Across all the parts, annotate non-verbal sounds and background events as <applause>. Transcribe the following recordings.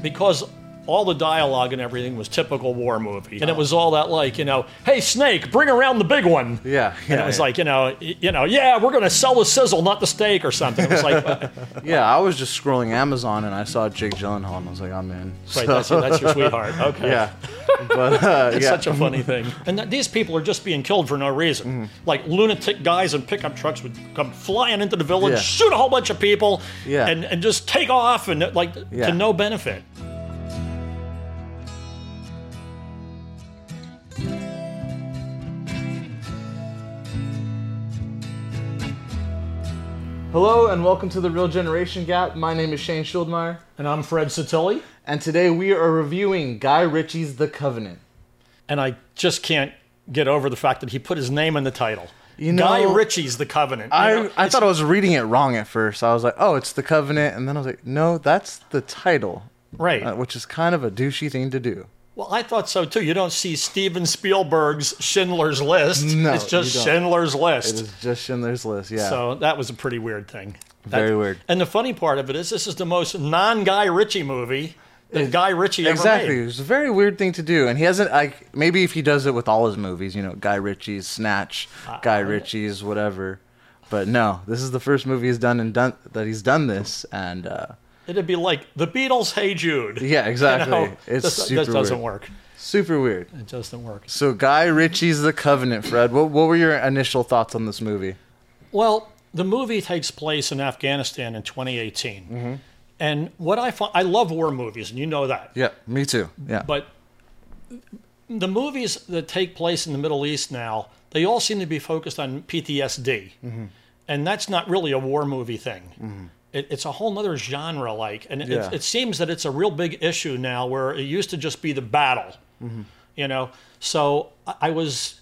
because because all the dialogue and everything was typical war movie, and it was all that like you know, hey Snake, bring around the big one. Yeah, and yeah, it was yeah. like you know, y- you know, yeah, we're gonna sell the sizzle, not the steak or something. It was like, <laughs> uh, Yeah, I was just scrolling Amazon and I saw Jake Gyllenhaal and I was like, I'm in. right, that's, your, that's your sweetheart. Okay. Yeah, <laughs> but uh, <laughs> It's yeah, such a funny thing. And that these people are just being killed for no Mm-hmm. reason. Like lunatic guys in pickup trucks would come flying into the village, Yeah. shoot a whole bunch of people, Yeah. and, and just take off and like Yeah. to no benefit. Hello and welcome to the Real Generation Gap. My name is Shane Schuldmeyer, And I'm Fred Satilli, and today we are reviewing Guy Ritchie's The Covenant. and I just can't get over the fact that he put his name in the title. You know- Guy Ritchie's The Covenant. You I know, I it's- thought I was reading it wrong at first. I was like, oh, it's the Covenant, and then I was like, no, that's the title, right. uh, which is kind of a douchey thing to do. well, I thought so too. You don't see Steven Spielberg's Schindler's List. No, it's just you don't. Schindler's List. It is just Schindler's List. Yeah, So that was a pretty weird thing. That- Very weird. And the funny part of it is, this is the most non-Guy Ritchie movie that Guy Ritchie exactly. ever made. It's a very weird thing to do, and he hasn't like maybe if he does it with all his movies, you know, Guy Ritchie's Snatch, Guy Ritchie's whatever. But no, this is the first movie he's done and done that he's done this, and uh, It'd be like the Beatles, Hey <laughs> Jude. yeah, exactly. it's this, super this doesn't weird. work. Super weird. It doesn't work. So Guy Ritchie's The Covenant, Fred. What what were your initial thoughts on this movie? Well, the movie takes place in Afghanistan in 2018, and what I find, I love war movies, and you know that. Yeah, me too. Yeah. But the movies that take place in the Middle East now, they all seem to be focused on PTSD. Mm-hmm. And that's not really a war movie thing. It, it's a whole other genre, like, and it, it, Yeah. it seems that it's a real big issue now where it used to just be the battle, Mm-hmm. you know? So I, I was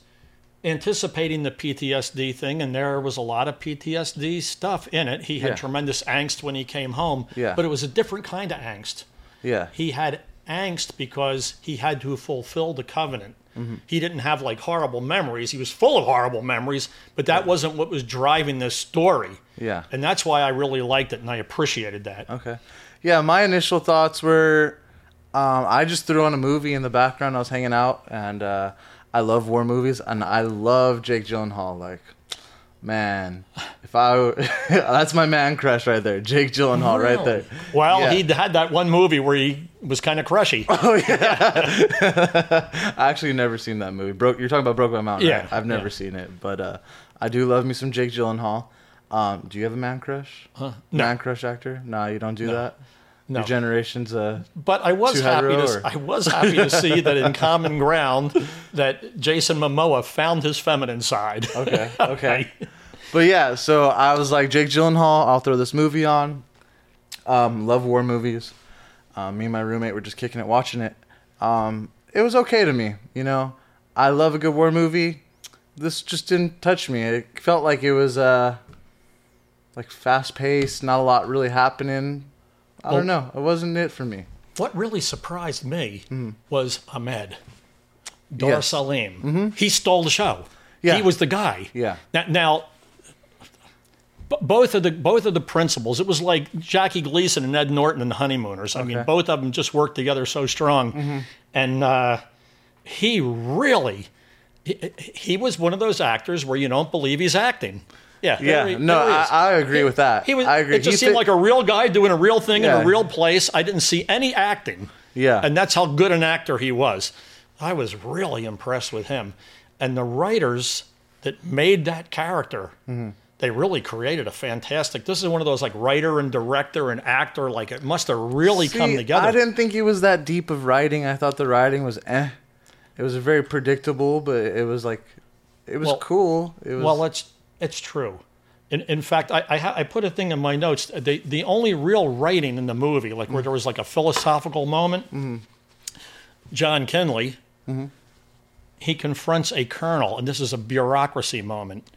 anticipating the PTSD thing, and there was a lot of PTSD stuff in it. He had Yeah. tremendous angst when he came home, Yeah. but it was a different kind of angst yeah. he had angst because he had to fulfill the covenant. Mm-hmm. He didn't have like horrible memories. He was full of horrible memories, but that wasn't what was driving this story. Yeah. And that's why I really liked it and I appreciated that. Okay. Yeah, my initial thoughts were um, I just threw on a movie in the background. I was hanging out, and uh, I love war movies, and I love Jake Gyllenhaal. Like, man, if I were- <laughs> that's my man crush right there, Jake Gyllenhaal right there. Well, Yeah. he had that one movie where he was kind of crushy. I actually never seen that movie. Broke. You're talking about Brokeback Mountain. Yeah, right? I've never yeah. seen it, but uh, I do love me some Jake Gyllenhaal. Um, do you have a man crush? Huh? no. Man crush actor? No, you don't do that. No. Your generation's uh, But I <laughs> was Too happy hetero, to or- I was happy to see that <laughs> in common ground that Jason Momoa found his feminine side. okay, okay. but yeah, so I was like, Jake Gyllenhaal, I'll throw this movie on. Um, love war movies. Um, me and my roommate were just kicking it, watching it. Um, it was okay to me, you know. I love a good war movie. This just didn't touch me. It felt like it was uh, like fast paced, not a lot really happening. I don't know. It wasn't it for me. What really surprised me Hmm. was Ahmed Dar Salim. He stole the show. Mm-hmm. Yeah. He was the guy. Yeah. Now, now b- both of the both of the principals, it was like Jackie Gleason and Ed Norton in the Honeymooners. I mean, Okay. Mm-hmm. both of them just worked together so strong, and uh, he really. He, he was one of those actors where you don't believe he's acting. Yeah. Yeah, there he- no, there he I, is. I agree with that. He was. I agree. It just You seemed thi- like a real guy doing a real thing in Yeah. a real place. I didn't see any acting. Yeah. And that's how good an actor he was. I was really impressed with him. And the writers that made that character, Mm-hmm. they really created a fantastic. This is one of those like writer and director and actor. Like it must have really come See, together. I didn't think it was that deep of writing. I thought the writing was eh. It was very predictable, but it was like, it was Well- cool. It was Well, it's it's true. In, in fact, I, I, ha- I put a thing in my notes. The the only real writing in the movie, like where there was like a philosophical moment, John Kenley, he confronts a colonel, and this is a bureaucracy moment,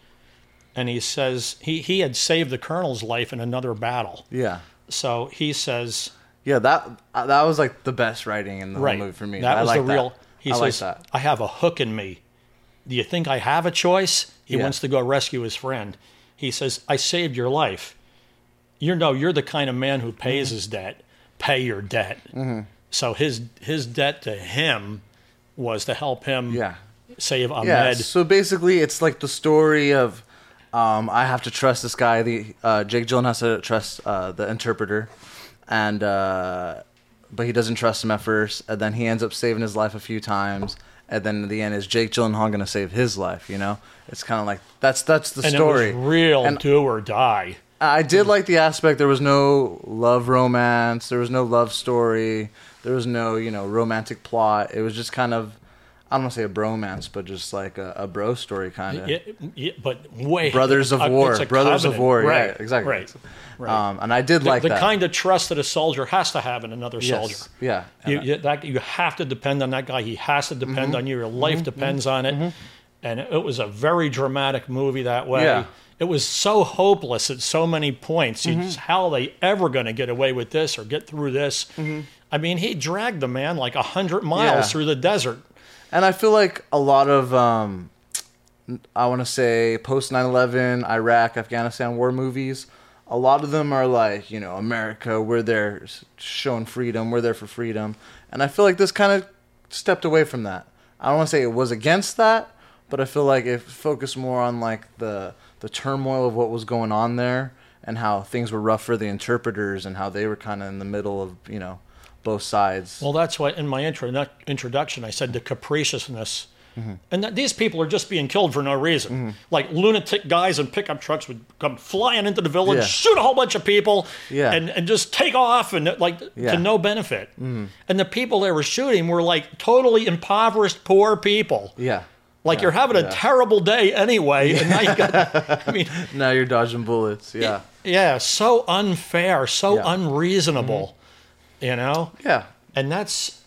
and he says he he had saved the colonel's life in another battle, yeah, so he says. yeah. That uh, that was like the best writing in the Right. whole movie for me. That I was like the real. He I like says, that. "I have a hook in me. Do you think I have a choice?" He Yeah. wants to go rescue his friend. Mm-hmm. He says, "I saved your life. You know, you're the kind of man who pays his debt. pay your debt. So his his debt to him was to help him Yeah. save Ahmed. Yeah. So basically, it's like the story of um, I have to trust this guy. The uh, Jake Gyllenhaal has to trust uh, the interpreter, and uh, but he doesn't trust him at first, and then he ends up saving his life a few times, and then in the end, is Jake Gyllenhaal going to save his life? You know, it's kind of like that's that's the and story. it was real And- do or die. I did like the aspect there was no love romance, there was no love story, there was no, you know, romantic plot. It was just kind of I don't want to say a bromance, but just like a, a bro story kind of. Yeah, yeah, but way Brothers of uh, War, it's a Brothers of covenant. War, yeah, Right, exactly. Right, right. Um, and I did the like the that. kind of trust that a soldier has to have in another Yes. soldier. Yeah. You, you, that, you have to depend on that guy. He has to depend Mm-hmm. on you. Your life depends on it. And it was a very dramatic movie that way. Yeah. Mm-hmm. It was so hopeless at so many points. You just, how are they ever going to get away with this or get through this? I mean, he dragged the man like 100 miles Mm-hmm. Yeah. through the desert. And I feel like a lot of, um, I want to say, post 9 11, Iraq, Afghanistan war movies, a lot of them are like, you know, America, we're there s- showing freedom, we're there for freedom. And I feel like this kind of stepped away from that. I don't want to say it was against that, but I feel like it focused more on like the the turmoil of what was going on there and how things were rough for the interpreters and how they were kind of in the middle of, you know, both sides. Well, that's why in my intro- introduction I said the capriciousness. Mm-hmm. And that these people are just being killed for no reason. Like lunatic guys in pickup trucks would come flying into the village, Yeah. shoot a whole bunch of people, Yeah. and, and just take off and like Yeah. Mm-hmm. to no benefit. And the people they were shooting were like totally impoverished, poor people. yeah. Like you're having a yeah. terrible day anyway. And now you <laughs> got, I mean, Now you're dodging bullets. Yeah. yeah, so unfair, so Yeah. unreasonable, you know? Yeah. and that's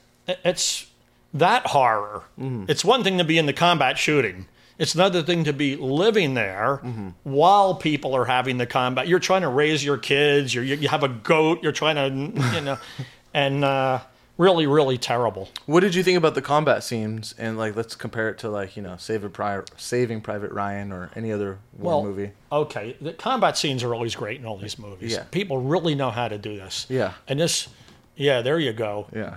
it's that horror. Mm-hmm. It's one thing to be in the combat shooting. It's another thing to be living there Mm-hmm. while people are having the combat. You're trying to raise your kids. You're, you you have a goat. You're trying to you know, <laughs> and uh, really really terrible. What did you think about the combat scenes? And like, let's compare it to like you know, Save a Pri- Saving Private Ryan or any other war Well, movie. Okay, the combat scenes are always great in all these movies. Yeah. People really know how to do this. Yeah. and this, yeah, there you go. Yeah.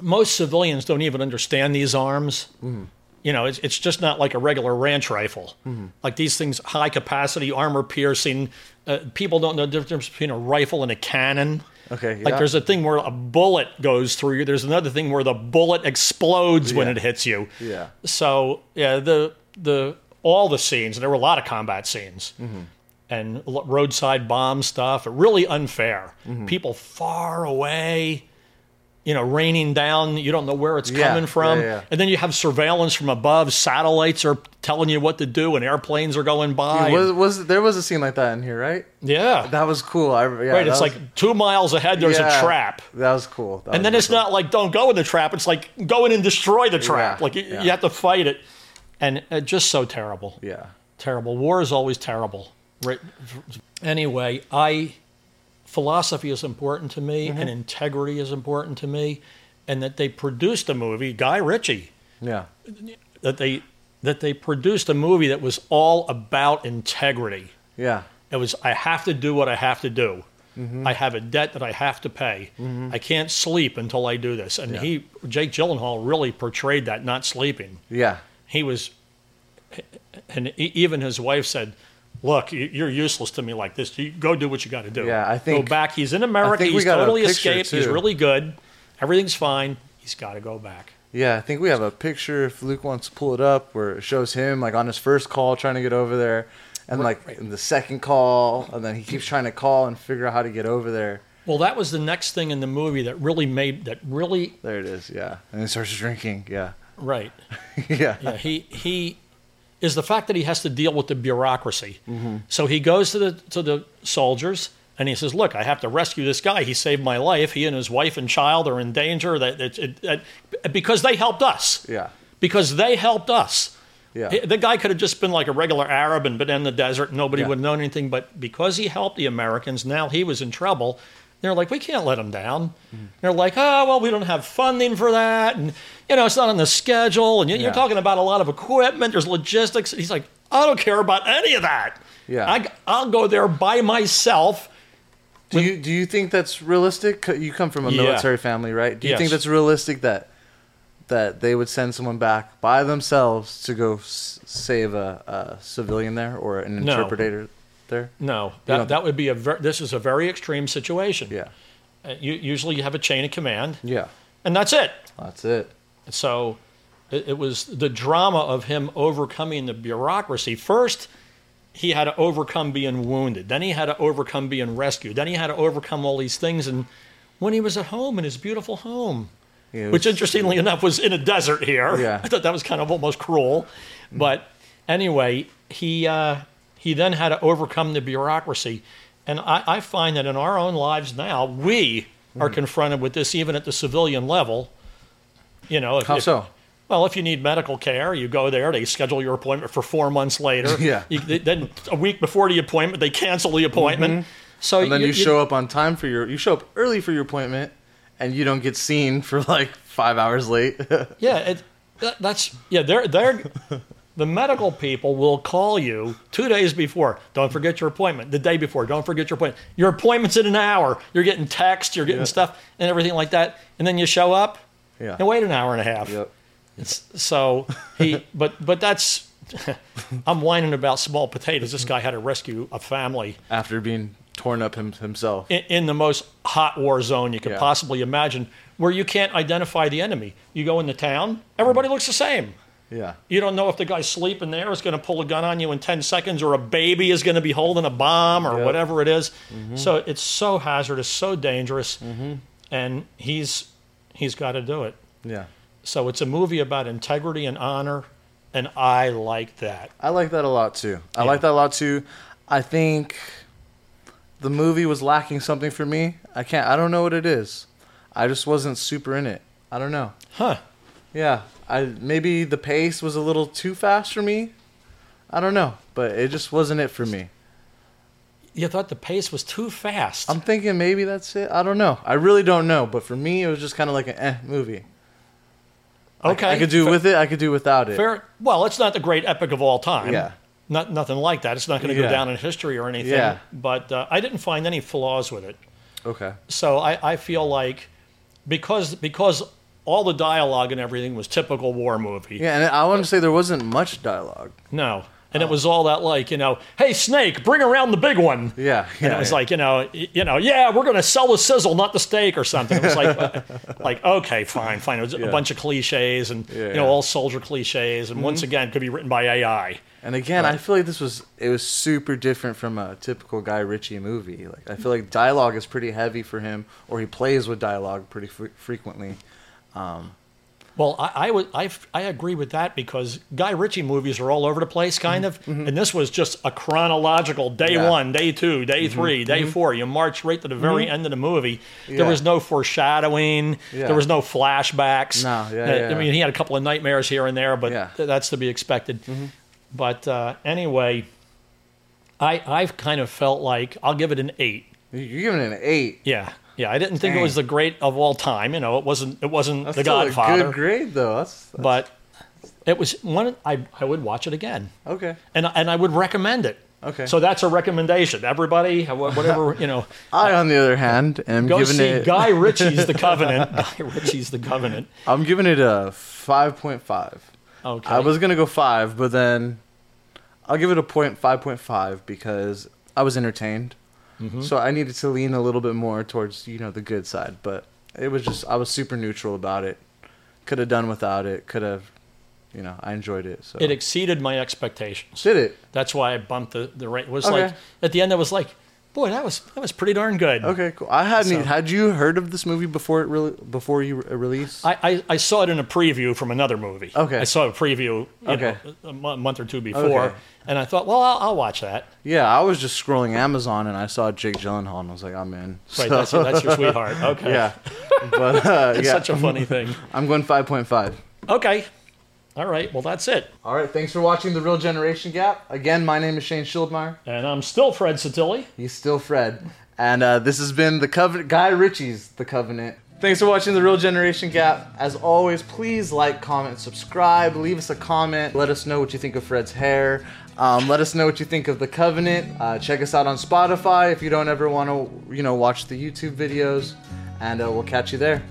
most civilians don't even understand these arms. Mm-hmm. You know, it's, it's just not like a regular ranch rifle. Mm-hmm. Like these things, high capacity, armor piercing. Uh, people don't know the difference between a rifle and a cannon. Okay, Like yeah. there's a thing where a bullet goes through you. There's another thing where the bullet explodes when Yeah. it hits you. Yeah. So yeah, the the all the scenes. And there were a lot of combat scenes Mm-hmm. and l- roadside bomb stuff. Really unfair. Mm-hmm. People far away, you know, raining down. You don't know where it's Yeah, coming from. yeah, yeah. And then you have surveillance from above. Satellites are telling you what to do, and airplanes are going by. Was was there was a scene like that in here, right? yeah. That was cool. I, yeah, Right, that it's was- like two miles ahead. There's yeah, a trap, That was cool. That and then was it's cool. not like don't go in the trap. It's like go in and destroy the trap. Yeah, like you, yeah. you have to fight it, and uh, just so terrible. Yeah. terrible. War is always terrible. Right. Anyway, I philosophy is important to me, and integrity is important to me, and that they produced a movie, Guy Ritchie, Yeah. that they that they produced a movie that was all about integrity. Yeah. It was I have to do what I have to do. I have a debt that I have to pay. I can't sleep until I do this. And he, Jake Gyllenhaal, really portrayed that not sleeping Yeah. he was, and e- even his wife said, "Look, you- you're useless to me like this. You go do what you got to do. Yeah, I think- go back. He's in America. I think we He's got a totally picture, escaped. He's too. really good. Everything's fine. He's got to go back. Yeah, I think we have a picture if Luke wants to pull it up where it shows him like on his first call trying to get over there and like in the second call and then he keeps trying to call and figure out how to get over there. Well, that was the next thing in the movie that really made that really There it is, yeah. And he starts drinking, yeah. right. <laughs> yeah. Yeah, he he is the fact that he has to deal with the bureaucracy. So he goes to the to the soldiers and he says, "Look, I have to rescue this guy. He saved my life. He and his wife and child are in danger. That it, it, it- because they helped us. Yeah. because they helped us. Yeah. He- The guy could have just been like a regular Arab and been in the desert. and Nobody Yeah. would have known anything. But because he helped the Americans, now he was in trouble. They're like, we can't let him down. Mm-hmm. They're like, oh, well, we don't have funding for that. And, you know, it's not on the schedule. And you- you're Yeah. talking about a lot of equipment. There's logistics. He's like, I don't care about any of that. Yeah. I, I'll go there by myself Do you do you think that's realistic? Co- You come from a Yeah. military family, right? Do you Yes. think that's realistic that that they would send someone back by themselves to go s- save a, a civilian there or an No. interpreter there? No, don't- that, that would be a ver- this is a very extreme situation. Yeah, Uh, you usually you have a chain of command, yeah, and that's it. that's it. So it, it was the drama of him overcoming the bureaucracy. First, he had to overcome being wounded. Then he had to overcome being rescued. Then he had to overcome all these things. And when he was at home in his beautiful home, Yeah, it which was- interestingly enough was in a desert here, Yeah. <laughs> I thought that was kind of almost cruel. But anyway, he uh, he then had to overcome the bureaucracy. And I, I find that in our own lives now, we Hmm. are confronted with this even at the civilian level. You know, if, How if- so? well, if you need medical care, you go there. They schedule your appointment for four months later. <laughs> Yeah. You, they- then a week before the appointment, they cancel the appointment. So Mm-hmm. And then you, show up on time for your you show up early for your appointment, and you don't get seen for like five hours late. <laughs> Yeah, it, that, that's yeah. They're they're the medical people will call you two days before. Don't forget your appointment. The day before. Don't forget your appointment. Your appointment's in an hour. You're getting text. You're getting Yeah. stuff and everything like that. And then you show up. Yeah. And wait an hour and a half. It's- So he, but but that's. <laughs> I'm whining about small potatoes. This guy had to rescue a family After being torn up him, himself. in, in the most hot war zone you could Yeah. possibly imagine, where you can't identify the enemy. You go in the town, everybody looks the same. yeah. You don't know if the guy sleeping there is going to pull a gun on you in 10 seconds or a baby is going to be holding a bomb or Yep. Mm-hmm. whatever it is. So it's so hazardous, so dangerous. And he's he's got to do it. Yeah. So it's a movie about integrity and honor and I like that. I like that a lot too. I like that a lot too. I think the movie was lacking something for me. I can't. I don't know what it is. I just wasn't super in it. I don't know. Huh. Yeah. I maybe the pace was a little too fast for me. I don't know, but it just wasn't it for me. You thought the pace was too fast. I'm thinking maybe that's it. I don't know. I really don't know. But for me, it was just kind of like an eh movie. I- okay. I, could do Fa- with it. I could do without it. fair. Well, it's not the great epic of all time. Yeah. Not nothing like that. It's not going to Yeah. go down in history or anything. Yeah. But uh, I didn't find any flaws with it. Okay. so I, I feel like because because all the dialogue and everything was typical war movie. Yeah, and I want to say there wasn't much dialogue. No. And Uh-huh. it was all that like, you know, hey Snake, bring around the big one. Yeah. yeah and it was yeah. like, you know, y- you know, yeah, we're gonna sell the sizzle, not the steak or something. It was <laughs> like uh, like, okay, fine, fine. It was Yeah. a bunch of cliches and Yeah, you yeah. Mm-hmm. know, all soldier cliches and once again could be written by AI. And again, I feel like this was it was super different from a typical Guy Ritchie movie. Like I feel like dialogue is pretty heavy for him, or he plays with dialogue pretty fre- frequently. Well, I, I would I, f- I agree with that because Guy Ritchie movies are all over the place, kind of, and this was just a chronological day Mm-hmm. Yeah. Mm-hmm. one, day two, day three, day four. You march right to the very end of the movie. Yeah. There was no foreshadowing. Yeah. There was no flashbacks. No, yeah, Uh, yeah, I yeah. mean, he had a couple of nightmares here and there, but Yeah. Mm-hmm. th- that's to be expected. But uh, anyway, I I've kind of felt like I'll give it an eight. You- You're giving it an eight. Yeah, yeah. I didn't think Dang. it was the great of all time. You know, it wasn't. It wasn't That's The still Godfather a good grade though. That's but it was one I, I would watch it again okay. and and I would recommend it. Okay. So that's a recommendation. Everybody, <laughs> wha- whatever you know, I, on the other hand, am go giving see it. Guy Ritchie's <laughs> The Covenant. Guy Ritchie's The Covenant. I'm giving it a five point five. Okay. I was gonna go five, but then I'll give it a point five point five because I was entertained. Mm-hmm. So I needed to lean a little bit more towards you know the good side, but it was just I was super neutral about it. Could have done without it. Could have, you know, I enjoyed it. So It exceeded my expectations. did it. That's why I bumped the the rate. It was Okay. like at the end, I was like, boy, that was that was pretty darn good. Okay, cool. I hadn't. e-, So- Had you heard of this movie before it really before you re- release? I, I, I saw it in a preview from another movie. Okay. I saw a preview you Okay. know, a mo- month or two before, Okay. and I thought, well, I'll, I'll watch that. yeah, I was just scrolling Amazon and I saw Jake Gyllenhaal and I was like, I'm in. Right, So- that's, your, that's your sweetheart. Okay. <laughs> <laughs> yeah, but uh, It's yeah, such a funny thing. I'm going five point five. Okay. All right. Well, that's it. All right, thanks for watching The Real Generation Gap. Again, my name is Shane Schildmeyer. And I'm still Fred Satilli. He's still Fred. And uh, this has been The Covenant, Guy Ritchie's The Covenant. Thanks for watching The Real Generation Gap. As always, please like, comment, subscribe, leave us a comment. Let us know what you think of Fred's hair. Um, let us know what you think of The Covenant. Uh, check us out on Spotify if you don't ever want to, you know, watch the YouTube videos. And uh, we'll catch you there.